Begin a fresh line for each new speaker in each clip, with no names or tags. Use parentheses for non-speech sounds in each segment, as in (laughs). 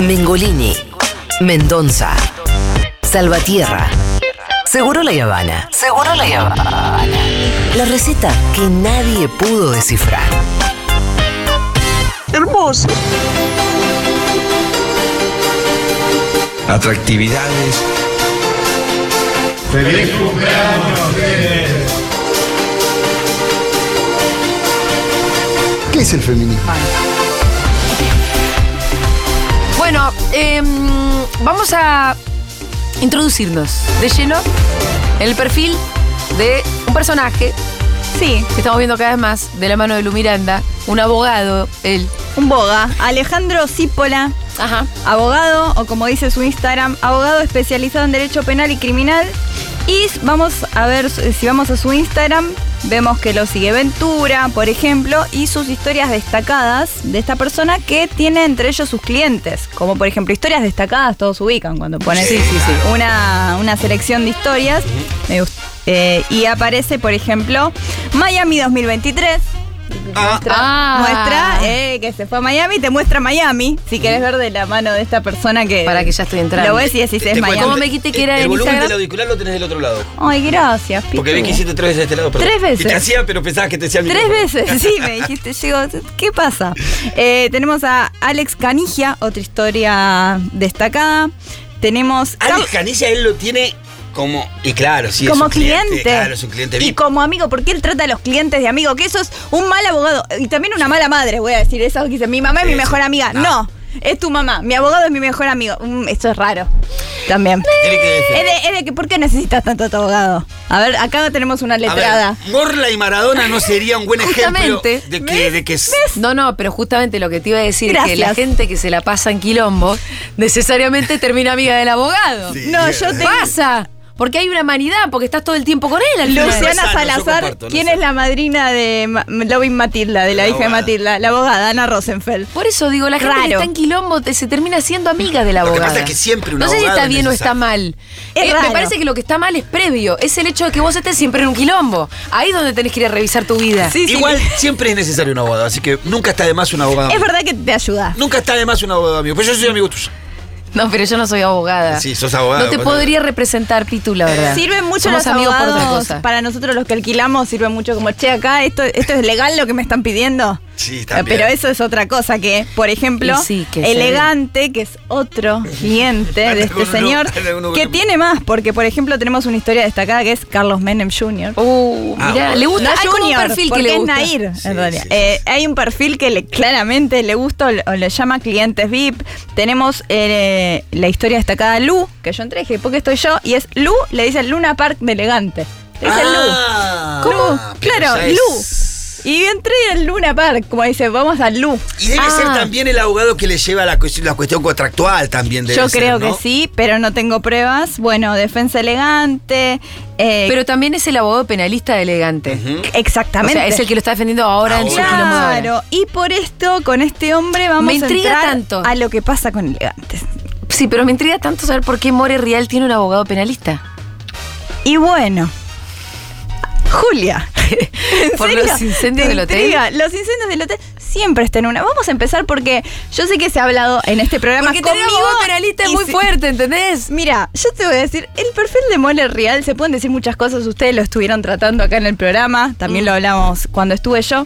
Mengolini, Mendoza, Salvatierra. Seguro la Habana. Seguro la Habana. La receta que nadie pudo descifrar.
Hermoso.
atractividades.
¿Qué es el feminismo?
Bueno, em, vamos a introducirnos de lleno en el perfil de un personaje
Sí,
que estamos viendo cada vez más de la mano de Lu Miranda, un abogado, él.
un boga. Alejandro Cipola,
Ajá.
abogado, o como dice su Instagram, abogado especializado en Derecho Penal y Criminal. Y vamos a ver, eh, si vamos a su Instagram, vemos que lo sigue Ventura, por ejemplo, y sus historias destacadas de esta persona que tiene entre ellos sus clientes. Como por ejemplo, historias destacadas, todos ubican cuando pones
Sí, sí, sí.
Una, una selección de historias. Me gust- eh, y aparece, por ejemplo, Miami 2023. Muestra,
Ah.
muestra, eh, que se fue a Miami, te muestra Miami. Si querés ver de la mano de esta persona que.
eh, Para que ya estoy entrando.
Lo ves y decís,
Te-
es
te cuento-
Miami.
¿Cómo me quité que era
el
en
volumen
Instagram?
del auricular lo tenés del otro lado.
Ay, gracias, Pitu.
Porque vi que hiciste tres veces de este lado. perdón.
Tres veces.
Y te hacía, pero pensabas que te hacía el
Tres
micrófono.
veces, sí, me dijiste, llego, ¿qué pasa? Eh, tenemos a Alex Canigia, otra historia destacada. Tenemos.
Alex Canilla, él lo tiene como. Y claro, sí,
como
es un cliente.
cliente.
Claro, es un cliente
y
VIP.
como amigo, porque él trata a los clientes de amigo, que eso es un mal abogado y también una mala madre, voy a decir eso que dice, mi mamá es
Sí,
mi mejor
sí.
amiga.
No.
No. es tu mamá, mi abogado es mi mejor amigo. Mm, esto es raro. También.
Tiene que
Es de, es de que, ¿por qué necesitas tanto tu abogado? A ver, acá tenemos una
A ver,
letrada.
Gorla y Maradona no sería un buen ejemplo
Justamente.
de que, de que s-
No, no, pero justamente lo que te iba a decir es que
Gracias.
la gente que se la pasa en quilombo necesariamente termina amiga del abogado.
Sí.
no, yo te.
Pasa, porque hay una humanidad, porque estás todo el tiempo con él al final.
Luciana
Luciana
sano, yo
Salazar,
comparto, no
¿quién
sé.
es la madrina de Ma- Loving Matilda, de la,
La
hija de
abogada.
Matilda? La abogada, Ana Rosenfeld.
Por eso digo, la gente
Raro.
que está en quilombo te- se termina siendo amiga del abogado.
pasa es que siempre un
No sé si
abogado
está
es
bien o está
necesario.
mal. Eh,
Es
me
raro.
parece que lo que está mal es previo. Es el hecho de que vos estés siempre en un quilombo. Ahí es donde tenés que ir a revisar tu vida.
Sí, sí.
Igual siempre es necesario un abogado, así que nunca está de más un abogado.
Es
amigo.
verdad que te ayuda.
Nunca está de más un abogado amigo. Pues yo soy amigo tuyo.
No, pero yo no soy abogada.
Sí, sos abogada,
No te
bueno.
podría representar, Pitu, la verdad.
Sirven mucho
Somos
los
amigos
abogados
por otra cosa.
para nosotros los que alquilamos, sirven mucho como, che, acá esto, esto es legal lo que me están pidiendo.
Sí,
Eh,
también.
Pero eso es otra cosa que, por ejemplo,
Y sí, que se
elegante, que es otro
(laughs)
cliente
Anda
de
con
este
uno,
señor,
anda con uno
que
con-
tiene más, porque por ejemplo tenemos una historia destacada que es Carlos Menem Jr.
Uh,
Ah,
mirá,
bueno.
le gusta.
No
hay como un perfil que
porque
le
es
gusta.
Nair,
Sí,
en realidad.
sí, sí,
Eh,
sí.
Hay un perfil que le, claramente le gusta o le, o le llama clientes VIP. Tenemos eh, la historia destacada Lu, que yo entré y dije, ¿por qué estoy yo? Y es Lu, le dice Luna Park de Elegante. Le dice
Ah,
Lu. ¿Cómo?
pero
claro,
ya es-
Lu. Y entré en Luna Park, como dice, vamos a Lu.
Y debe
Ah.
ser también el abogado que le lleva la, cuestión- la cuestión contractual también. Debe
Yo
ser,
creo
¿no?
que sí, pero no tengo pruebas. Bueno, defensa elegante. eh,
Pero también es el abogado penalista de elegante. O
exactamente.
sea, es el que lo está defendiendo ahora en su
Ahora.
quilombo. de ahora.
Claro, y por esto, con este hombre, vamos
Me intriga
a entrar
tanto.
a lo que pasa con elegantes.
Sí, pero me intriga tanto saber por qué More Real tiene un abogado penalista.
Y bueno,
(laughs)
Julia. ¿en
Por
serio?
los incendios
Te
del hotel.
intriga. Los incendios del hotel siempre está en una. Vamos a empezar porque yo sé que se ha hablado en este programa
Porque tener
conmigo.
abogado penalista es
y
muy
se-
fuerte, ¿entendés?
Mira, yo te voy a decir, el perfil de Mole Real, se pueden decir muchas cosas, ustedes lo estuvieron tratando acá en el programa, también lo hablamos cuando estuve yo.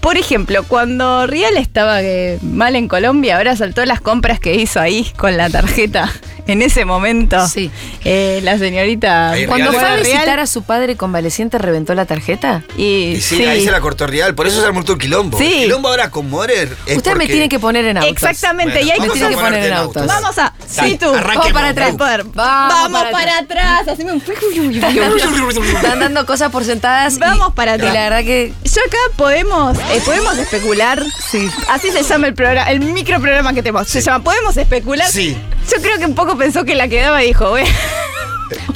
Por ejemplo, cuando Real estaba eh, mal en Colombia, ahora saltó las compras que hizo ahí con la tarjeta. En ese momento,
Sí.
eh, la señorita
Ahí
Cuando
Real.
fue a
Mole
visitar
Real,
a su padre convaleciente, reventó la tarjeta.
y,
Y sí,
sí.
ahí se la cortó real, por eso se armó todo el quilombo.
Sí.
El quilombo ahora con Morer. es
Usted me
porque-
tiene que poner en autos.
Exactamente,
Bueno,
y ahí
Me
vamos
tiene
a
que
ponerte
poner en
en
autos.
autos.
Vamos a.
Dale,
sí, tú.
arranquemos,
Vamos para atrás. Vamos,
Lu.
Vamos para
para, atrás. Haceme un.
Están dando cosas por sentadas. y-
Vamos para
y
atrás.
la verdad que.
Yo acá podemos, eh, podemos especular. Sí. Así se llama el programa, el microprograma que tenemos. Se llama Podemos especular.
Sí.
Yo creo que un poco pensó que la quedaba y dijo, güey,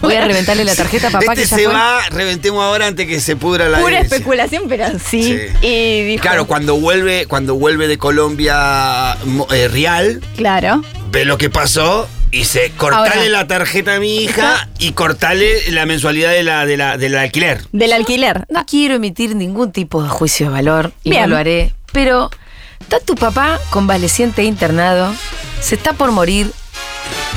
Voy a reventarle la tarjeta a papá
este
que ya
se
fue.
va, reventemos ahora antes que se pudra (laughs) la
pura
herencia.
especulación, pero sí.
Sí.
Y dijo,
Claro, cuando vuelve, cuando vuelve de Colombia mo- eh, Real,
claro.
ve lo que pasó y dice, cortale
Ahora.
la tarjeta a mi hija y cortale la mensualidad de la, de la, del alquiler.
Del alquiler.
No quiero emitir ningún tipo de juicio de valor y
Bien.
no lo haré, pero está tu papá convaleciente e internado, se está por morir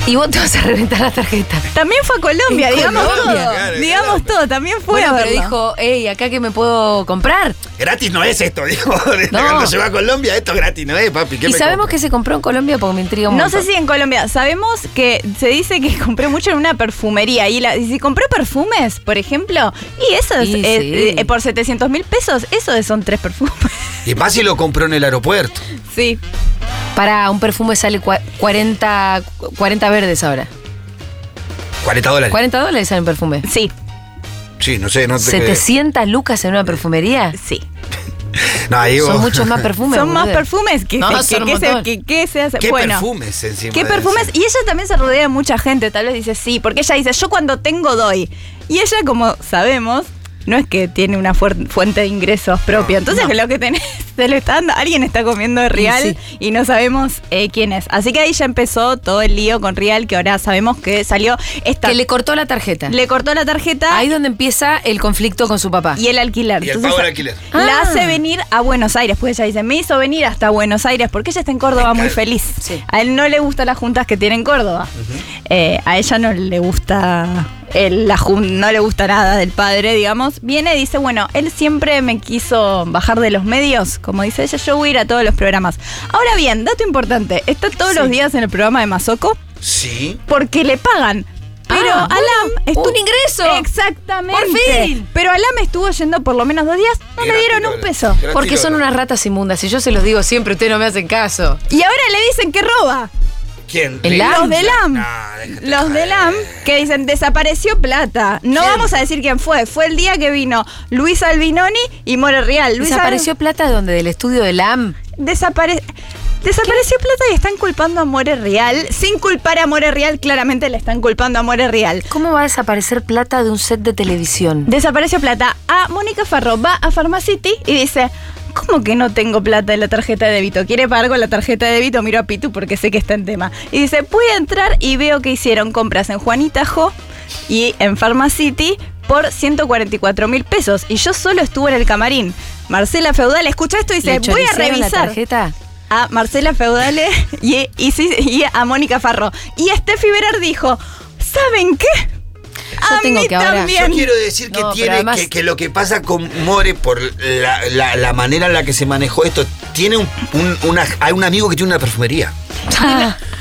y vos te vas a reventar la tarjeta.
También fue a Colombia,
En
digamos
Colombia.
todo.
Claro,
digamos
claro.
todo, también fue
Bueno,
a
pero
verlo.
dijo, hey, acá que me puedo comprar.
Gratis no es esto, (laughs) dijo.
No.
Cuando se va a Colombia, esto gratis no es, papi. ¿qué
Y
me
sabemos
compro?
que se compró en Colombia porque me intriga un
No
montón.
sé si en Colombia, sabemos que se dice que (laughs) compró mucho en una perfumería y, la- y si compró perfumes, por ejemplo, y esos
Y
eh,
sí.
eh, por 700 mil pesos, esos son tres perfumes.
Y más si lo compró en el aeropuerto.
Sí,
Para un perfume sale cua- 40, 40 verdes ahora.
40 dólares.
40 dólares sale un perfume.
sí,
Sí, no sé, no te.
700 lucas en una perfumería.
sí.
No, digo.
Son
(laughs)
muchos más perfumes.
son más
boludo.
perfumes que, (laughs)
No,
que-
son un
que se,
montón.
que- que se hace.
¿Qué
bueno,
perfumes encima?
¿Qué
de
perfumes?
encima?
Y ella también se rodea de mucha gente, tal vez dice sí, porque ella dice, yo cuando tengo doy. Y ella, como sabemos, no es que tiene una fuer- fuente de ingresos propia. Entonces (laughs) lo que tenés, te lo está dando, alguien está comiendo de Real
sí.
y no sabemos eh, quién es. Así que ahí ya empezó todo el lío con Real, que ahora sabemos que salió esta.
Que le cortó la tarjeta.
le cortó la tarjeta
Ahí donde empieza el conflicto con su papá.
y el alquiler.
Y el pago del alquiler.
La
Ah.
hace venir a Buenos Aires, porque ella dice, me hizo venir hasta Buenos Aires, porque ella está en Córdoba muy
Claro.
feliz.
Sí.
A él no le gustan las juntas que tiene en Córdoba. Eh, a ella no le gusta, el- la jun- no le gusta nada del padre, digamos. Viene y dice, bueno, él siempre me quiso bajar de los medios, como dice ella, yo voy a ir a todos los programas. Ahora bien, dato importante, está todos los días en el programa de Mazoco
Sí.
porque le pagan. Pero
Ah,
Alam estuvo.
un ingreso.
Exactamente.
Por fin.
Pero Alam estuvo yendo por lo menos dos días, no le
Gratis
dieron un
dólares.
peso.
Gratis
Porque son
dólares.
unas ratas inmundas. Y yo se los digo siempre, ustedes no me hacen caso.
Y ahora le dicen que roba.
¿Quién?
El
Río.
Lam.
Los de LAM.
No, déjate
Los de
joder.
LAM que dicen desapareció plata. No vamos a decir quién fue. Fue el día que vino Luis Albinoni y More Real. Luis
Desapareció plata de donde del estudio del AM.
Al- desapare- Desapareció plata y están culpando a More Real. Sin culpar a More Real, claramente le están culpando a More Real.
¿Cómo va a desaparecer plata de un set de televisión?
Desapareció plata. A Mónica Farro va a Pharmacity y dice. ¿Cómo que no tengo plata en la tarjeta de débito? ¿Quiere pagar con la tarjeta de débito? Miro a Pitu porque sé que está en tema. Y dice, voy a entrar y veo que hicieron compras en Juanitajo y en Pharmacity por 144 mil pesos. Y yo solo estuve en el camarín. Marcela Feudal escucha esto y dice,
¿Le
voy a
choricearon la
revisar
tarjeta?
a Marcela Feudale (laughs) y, y sí- y a Mónica Farro. Y a Steffi Berar dijo, ¿saben qué? a
tengo
mí
que ahora-
también.
Yo quiero decir que
No, pero
tiene
además-
que, que lo que pasa con More por la, la- la manera en la que se manejó esto, tiene un, un- una, hay un amigo que tiene una perfumería.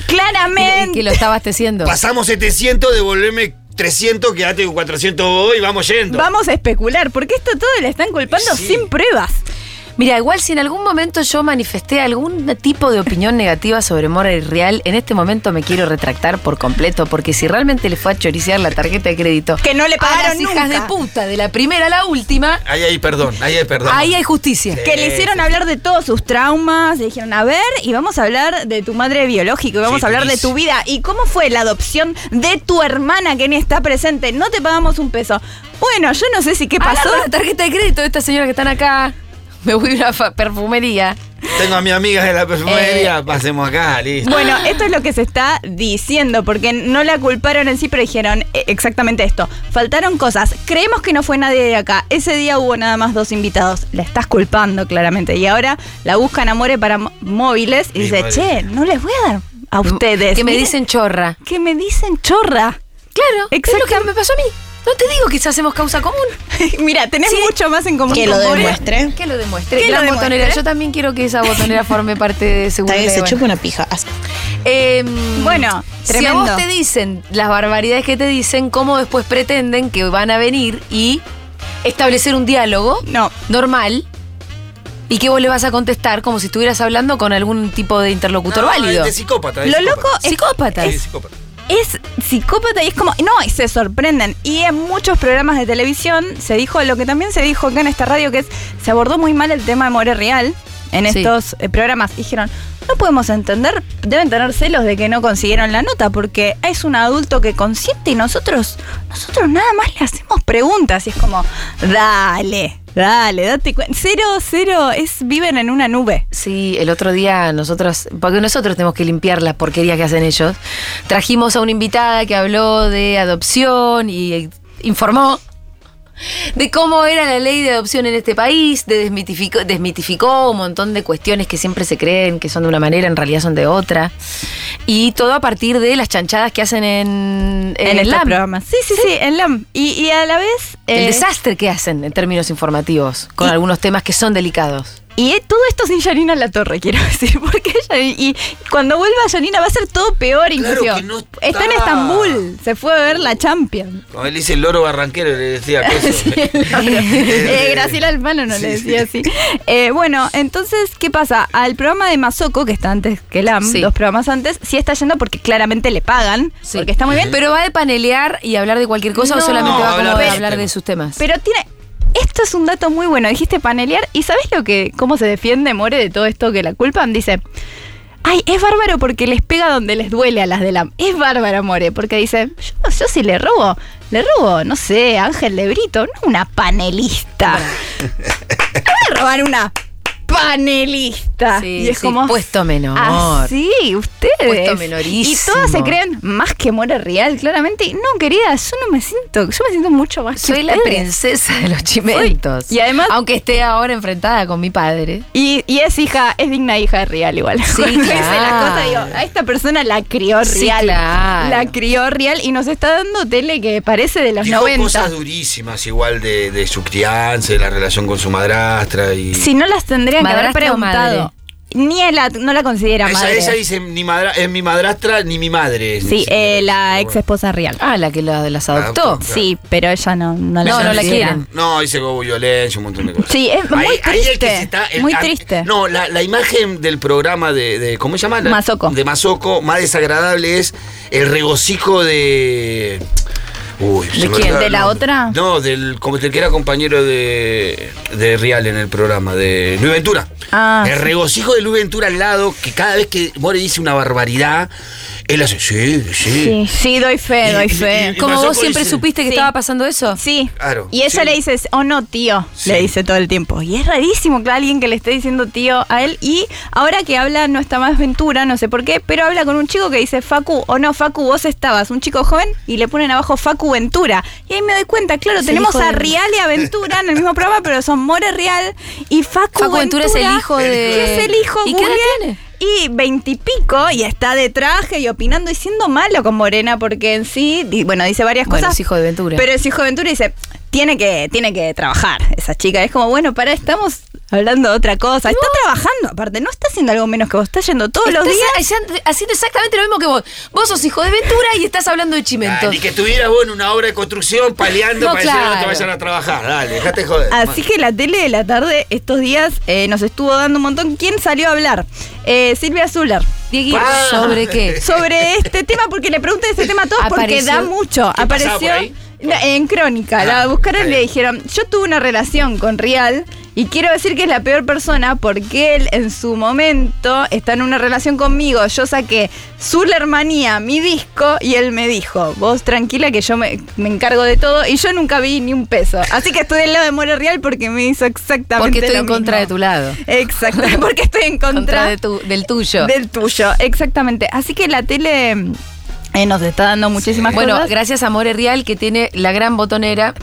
Claramente.
Y Ah, que lo está abasteciendo.
Pasamos 700, devolveme 300, quédate con 400 hoy, vamos yendo.
Vamos a especular, porque esto todo le están culpando
Sí.
sin pruebas.
Mira, igual si en algún momento yo manifesté algún tipo de opinión negativa sobre Mora y Real, en este momento me quiero retractar por completo, porque si realmente le fue a choricear la tarjeta de crédito
Que no le
a las
pagaron
hijas
nunca.
de puta, de la primera a la última,
Ahí hay perdón, ahí hay perdón.
ahí hay justicia.
Sí.
Que le hicieron hablar de todos sus traumas, le dijeron, a ver, y vamos a hablar de tu madre biológica, y vamos
Sí,
a hablar de tu
durísimo.
vida, y cómo fue la adopción de tu hermana que ni está presente, no te pagamos un peso. Bueno, yo no sé si qué pasó.
Pasó la tarjeta de crédito de esta señora que están acá. Me voy a una fa- perfumería.
Tengo a mis amigas de la perfumería,
Eh.
pasemos acá, listo.
Bueno, esto es lo que se está diciendo, porque no la culparon en sí, pero dijeron eh, exactamente esto. Faltaron cosas. Creemos que no fue nadie de acá. Ese día hubo nada más dos invitados. La estás culpando, claramente. Y ahora la buscan a More para mo- móviles y
Mi
dice,
madre.
che, no les voy a dar a ustedes.
Mm, Que me
Miren,
dicen chorra.
Que me dicen chorra. (laughs)
Claro, es lo
Exactam-
que me pasó a mí. No te digo que hacemos
(laughs)
causa común.
Mira, tenés
Sí.
mucho más en común
Que
con
lo
More.
demuestre.
Que lo demuestre.
Que lo
Gran
demuestre.
botonera. Yo también quiero que esa botonera forme parte de
Está
seguridad.
bien, se
Bueno.
chupa una pija. Así.
Eh,
Bueno,
si a
tremendo.
vos te dicen las barbaridades que te dicen, ¿cómo después pretenden que van a venir y establecer un diálogo
No.
normal y que vos le vas a contestar como si estuvieras hablando con algún tipo de interlocutor
No, este,
válido?
es de psicópata. es
Lo
psicópata.
loco es,
Psicópata.
Sí,
es
es psicópata.
es psicópata y es como. No, y se sorprenden. Y en muchos programas de televisión se dijo lo que también se dijo acá en esta radio, que es. Se abordó muy mal el tema de More Real en
Sí.
estos eh, programas. Dijeron, no podemos entender, deben tener celos de que no consiguieron la nota, porque es un adulto que consiente y nosotros, nosotros nada más le hacemos preguntas. Y es como, dale, dale, date cuenta. Cero, cero, es viven en una nube.
Sí, el otro día nosotros, porque nosotros tenemos que limpiar las porquerías que hacen ellos, trajimos a una invitada que habló de adopción y informó de cómo era la ley de adopción en este país, de desmitificó, desmitificó un montón de cuestiones que siempre se creen que son de una manera, en realidad son de otra. Y todo a partir de las chanchadas que hacen en, en
en
el
estos
LAM.
programas. Sí, sí, sí, en LAM. Y, y a la vez.
El
eh,
desastre que hacen en términos informativos, con
Y-
algunos temas que son delicados.
Y eh, todo esto sin Yanina La Torre, quiero (laughs) decir. Porque ella- y cuando vuelva Yanina va a ser todo peor, incluso.
Claro que no está.
en Estambul. Se fue a ver la
(laughs)
Champions.
Como él dice el loro barranquero, le decía que
(laughs)
eso.
Sí, claro. Eh,
(laughs) Eh,
Graciela Alfano no le
sí,
decía así. Eh, bueno, entonces, ¿qué pasa? Al programa de Mazoco, que está antes que LAM,
Sí.
dos programas antes, sí está yendo porque claramente le pagan,
Sí.
porque está muy bien, pero,
Pero va de panelear y hablar de cualquier cosa
No,
o solamente
no,
va como
hablar de
de
sus
hablar de
temas.
sus temas.
pero tiene... Esto es un dato muy bueno. Dijiste panelear y ¿sabes lo que, cómo se defiende More de todo esto que la culpan? Dice, ay, es bárbaro porque les pega donde les duele a las de LAM. Es bárbaro More porque dice, yo, yo sí le robo, le robo, no sé, a Ángel Lebrito, no una panelista. Te voy a robar una panelista.
Sí,
ah, y es
sí,
como.
puesto menor.
Ah, sí, ustedes.
Puesto menorísimo.
Y todas se creen más que More Real, claramente. Y No, querida, yo no me siento. Yo me siento mucho más que
Soy la
ustedes.
princesa de los chimentos.
Soy. Y además-
Aunque esté ahora enfrentada con mi padre.
Y, y es hija, es digna hija de Real igual. (laughs)
Sí,
Cuando dice las
claro.
cosas, digo, a esta persona la crió Real.
Sí, claro.
La crió Real y nos está dando tele que parece de los
Dijo
90.
cosas durísimas igual de, de su crianza, de la relación con su madrastra y...
Si no las tendrían que haber
¿Madrastra o
preguntado.
madre?
Ni a la, no la considera
ella,
madre.
ella dice, ni madra- es mi madrastra ni mi madre. Ni
sí,
siquiera,
eh, la
pero
ex
bueno.
esposa Real.
Ah, la que la- las adoptó.
Adoptó.
Sí, pero ella no, no la
No, no la
considera.
quieren.
No, dice como violencia, un montón de cosas.
Sí, es muy
el
triste,
que se está- el-
muy
a-
triste.
no, la, la imagen del programa de, de- ¿cómo se llama? La-
Mazoco.
De Mazoco, más desagradable es el regocijo de... Uy, se
¿De
me
quién?
olvidaba
¿De
el
la
nombre.
otra?
No, del, como el que era compañero de, de Real en el programa, de Luis Ventura.
Ah,
el regocijo de Luis Ventura al lado, que cada vez que More dice una barbaridad, él hace, sí, sí.
Sí, sí, doy fe,
Y-
doy
y-
fe.
y-
Como
pasó
vos
por
siempre
ese-
supiste que
Sí.
estaba pasando eso.
Sí.
Claro,
Y ella
sí.
le dice, oh no, tío,
Sí.
le dice todo el tiempo. Y es rarísimo que alguien que le esté diciendo tío a él. Y ahora que habla, no está más Ventura, no sé por qué, pero habla con un chico que dice, Facu, o no, Facu, vos estabas, un chico joven, y le ponen abajo Facu Ventura. Y ahí me doy cuenta, claro,
Es el
tenemos
hijo
a
de-
Real y a Ventura en el mismo programa, pero son More Real y Facu,
Facu Ventura es el hijo de-
que es el hijo
¿Y qué edad
Julián,
tiene?
y veintipico y está de traje y opinando y siendo malo con Morena porque en sí, di- bueno, dice varias
Bueno,
cosas.
es hijo de Ventura.
Pero es hijo de Ventura y dice, tiene que, tiene que trabajar esa chica. Es como, bueno, para, estamos hablando de otra cosa. Está trabajando, aparte, no está haciendo algo menos que vos, está yendo todos los
Estás
días.
haciendo- haciendo exactamente lo mismo que vos. Vos sos hijo de Ventura y estás hablando de
Ah,
chimentos.
ni que estuviera vos en una obra de construcción paleando
No,
para decirle no te
claro.
vayan a trabajar. Dale, dejate joder.
Así que la tele de la tarde estos días eh, nos estuvo dando un montón. ¿Quién salió a hablar? Eh, Silvia Zuller.
Diego,
Ah.
¿sobre qué?
sobre este tema porque le pregunté este tema a todos porque
Apareció-
da mucho.
¿Qué pasaba
Apareció
por ahí?
la- en Crónica, la
Ah,
buscaron y le
ahí.
dijeron, yo tuve una relación con Rial y quiero decir que es la peor persona porque él en su momento está en una relación conmigo, yo saqué Zullermanía, mi disco, y él me dijo, vos tranquila que yo me, me encargo de todo y yo nunca vi ni un peso. Así que estoy del lado de More Rial porque me hizo exactamente
Porque estoy
lo
en contra de
mismo.
tu lado.
Exacto, (laughs) porque estoy en contra,
Contra de tu- del tuyo.
del tuyo, exactamente. Así que la tele eh, nos está dando muchísimas
Bueno,
cosas.
gracias a More Real que tiene la gran botonera.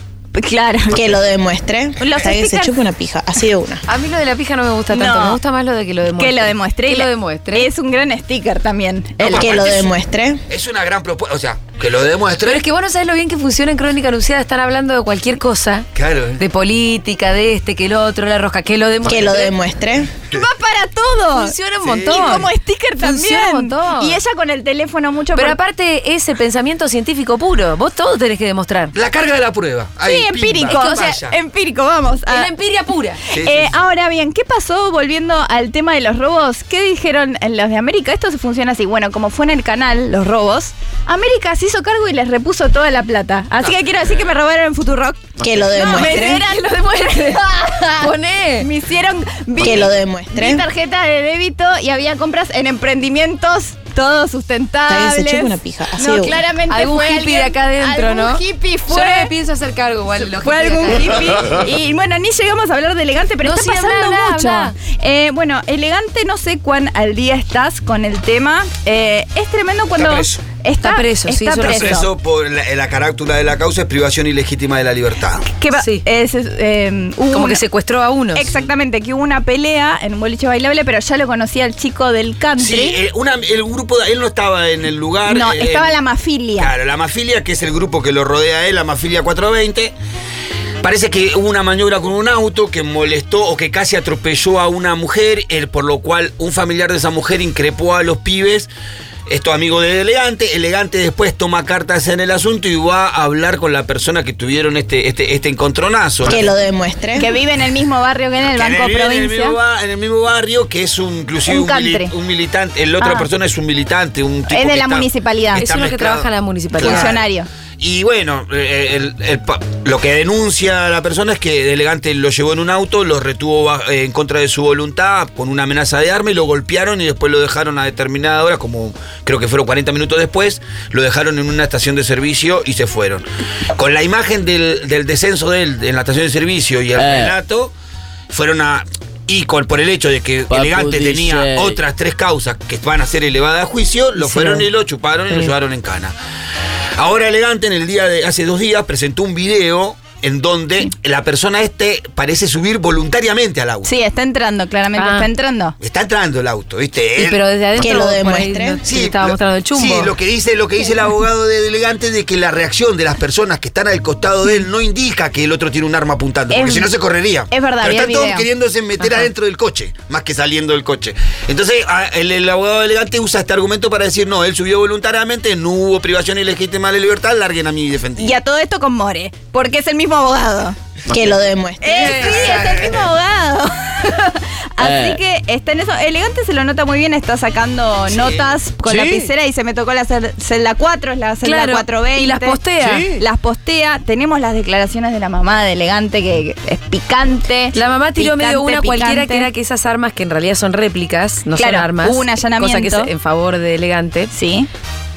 claro.
Que lo demuestre.
Los
Está bien, se
stickers-
chupa una pija, así de una.
A mí lo de la pija no me gusta tanto,
No.
me gusta más lo de que lo
(laughs)
demuestre.
Que lo demuestre.
Que lo demuestre.
Es un gran sticker también.
No,
El
papá,
Que lo
es-
demuestre.
Es una gran propuesta. O sea, que lo
Pero
demuestre.
es que vos no sabés lo bien que funciona en Crónica Anunciada, están hablando de cualquier cosa.
Claro. ¿eh?
De política, de este, que el otro, la rosca, que lo demuestre.
Que lo demuestre.
este.
va para todo.
Funciona un
Sí.
montón.
Y como sticker también.
Funciona un montón.
Y ella con el teléfono mucho.
Pero
por-
aparte, ese pensamiento científico puro, vos todo tenés que demostrar.
La carga de la prueba. Ahí,
Sí,
pimba,
empírico.
vaya.
O sea, em- empírico, vamos.
Es
a-
la empiria pura.
Sí, sí,
Eh,
sí.
Ahora bien, ¿qué pasó volviendo al tema de los robos? ¿Qué dijeron los de América? Esto se funciona así. Bueno, como fue en el canal, los robos, América se hizo cargo y les repuso toda la plata. Así que quiero decir que me robaron en Futurock.
Que lo
No, me
demuestre.
hicieron, lo (laughs) demuestre.
Poné.
me hicieron vi-
Que lo demuestre.
vi tarjeta de débito y había compras en emprendimientos todo sustentable.
Está bien, se chupa una pija, así de
no,
una.
claramente
Algún
fue
hippie
alguien-
de acá adentro,
algún
¿no?
hippie fue.
Yo no me pienso hacer cargo igual. los
Fue
hippies de
algún
acá.
hippie. Y bueno, ni llegamos a hablar de elegante, pero
No,
está
sí, habla,
pasando
habla,
mucho.
habla.
Eh, bueno, elegante, no sé cuán al día estás con el tema. Eh, es tremendo cuando.
preso.
Está,
Está preso, sí,
está
eso lo sé.
preso.
Proceso por la, la carátula de la causa es privación ilegítima de la libertad.
Que va-
Sí.
es- es, eh, hubo
Como
una-
que secuestró a unos.
Exactamente, que hubo una pelea en un boliche bailable, pero ya lo conocía el chico del country.
Sí, eh, una- el grupo, de- él no estaba en el lugar.
no,
eh,
estaba la mafilia.
Claro, la mafilia, que es el grupo que lo rodea a él, la mafilia 420. Parece que hubo una maniobra con un auto que molestó o que casi atropelló a una mujer, el- por lo cual un familiar de esa mujer increpó a los pibes. Esto amigo de Elegante, Elegante después toma cartas en el asunto y va a hablar con la persona que tuvieron este, este, este encontronazo.
Que lo demuestre.
Que vive en el mismo barrio que en el
Que
Banco
vive En el,
Provincia.
mismo ba- en el mismo barrio, que es un, inclusive
Un
un, mili-
country.
un militante, el otra
Ah.
persona es un militante, un tipo
Es de
que
la
está- Eh.
municipalidad.
está
Es uno que
mezclado.
trabaja en la municipalidad.
Claro.
Funcionario.
Y bueno, eh, el- el pa- lo que denuncia la persona es que Elegante lo llevó en un auto, lo retuvo ba- eh, en contra de su voluntad con una amenaza de arma y lo golpearon y después lo dejaron a determinada hora, como creo que fueron 40 minutos después, lo dejaron en una estación de servicio y se fueron. Con la imagen del, del descenso de él en la estación de servicio y el
Eh.
relato, fueron a... Y con- por el hecho de que
Papu
Elegante
DJ.
tenía otras tres causas que van a ser elevadas a juicio, lo
Sí.
fueron y lo chuparon y lo
Sí.
llevaron en cana. Ahora elegante en el día de hace dos días presentó un video en donde la persona este parece subir voluntariamente al auto.
Sí, está entrando, claramente
Ah.
está entrando.
Está entrando el auto, ¿viste?
Y
Él-
pero desde adentro
Que lo
por ahí
demuestre.
no- que estaba
lo-
mostrando el chumbo.
Sí, lo que dice, lo que dice el abogado de elegante de que la reacción de las personas que están al costado de él no indica que el otro tiene un arma apuntando, porque
Es-
si no se correría.
es verdad,
Pero
vi el
están todos
video.
queriéndose meter
Ajá.
adentro del coche, más que saliendo del coche. Entonces, a- el, el abogado de elegante usa este argumento para decir, no, él subió voluntariamente, no hubo privación ilegítima de libertad, larguen a mi defendido.
Y a todo esto con More, porque es el mismo abogado.
Que lo demuestre.
Eh, sí, es el mismo abogado. (laughs) Así que está en eso. Elegante se lo nota muy bien, está sacando notas con
Sí.
lapicera y se me tocó la cel- celda 4, es la celda
Claro,
420.
y las postea. Sí.
Las postea. Tenemos las declaraciones de la mamá de Elegante que es picante.
La mamá tiró
picante,
medio una cualquiera que
picante.
era que esas armas que en realidad son réplicas, no
Claro,
son armas.
hubo un allanamiento.
Cosa que es en favor de elegante.
Sí.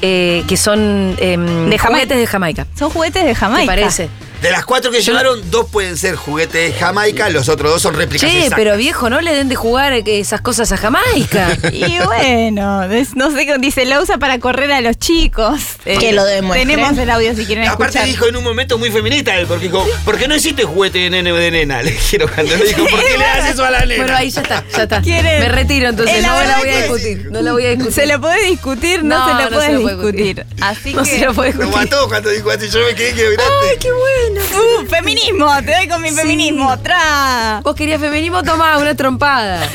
eh, que son em,
De Jamaica.
juguetes de Jamaica.
Son juguetes de
¿Te
Jamaica.
parece?
De las cuatro que llevaron, dos pueden ser juguetes de Jamaica, los otros dos son réplicas.
Che,
exactas.
pero viejo, no le den de jugar eh, esas cosas a Jamaica.
Y bueno, es- no sé, qué- dice, la usa para correr a los chicos. Eh,
Que lo demuestre.
Tenemos el audio si quieren
Aparte
escuchar.
dijo en un momento muy feminista él, porque dijo, ¿por qué no hiciste juguete de nene o de nena? (laughs) Le dijeron cuando le dijo, ¿por qué le das eso a la nena?
bueno, ahí ya está, ya está.
¿Quieren?
Me retiro entonces,
Eh, la
no la
verdad
voy a
que-
discutir. No la voy a discutir.
Se lo puede discutir, no, se lo puede
lo puede
discutir. Así
no
que.
se lo puede
Lo
discutir.
mató cuando dijo así, yo me quedé que miraste.
qué bueno.
Uh, feminismo, te doy con mi feminismo, tra.
Vos querías feminismo, tomá una
(laughs)
trompada.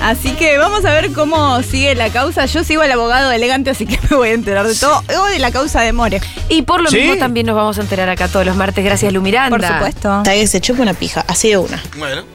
Así que vamos a ver cómo sigue la causa. Yo sigo al abogado elegante, así que (laughs) me voy a enterar de todo. O de la causa de More.
Y por lo
¿Sí?
mismo también nos vamos a enterar acá todos los martes. Gracias, Lu Miranda.
Por supuesto.
Hasta que se chupe una pija. Así de una.
Bueno.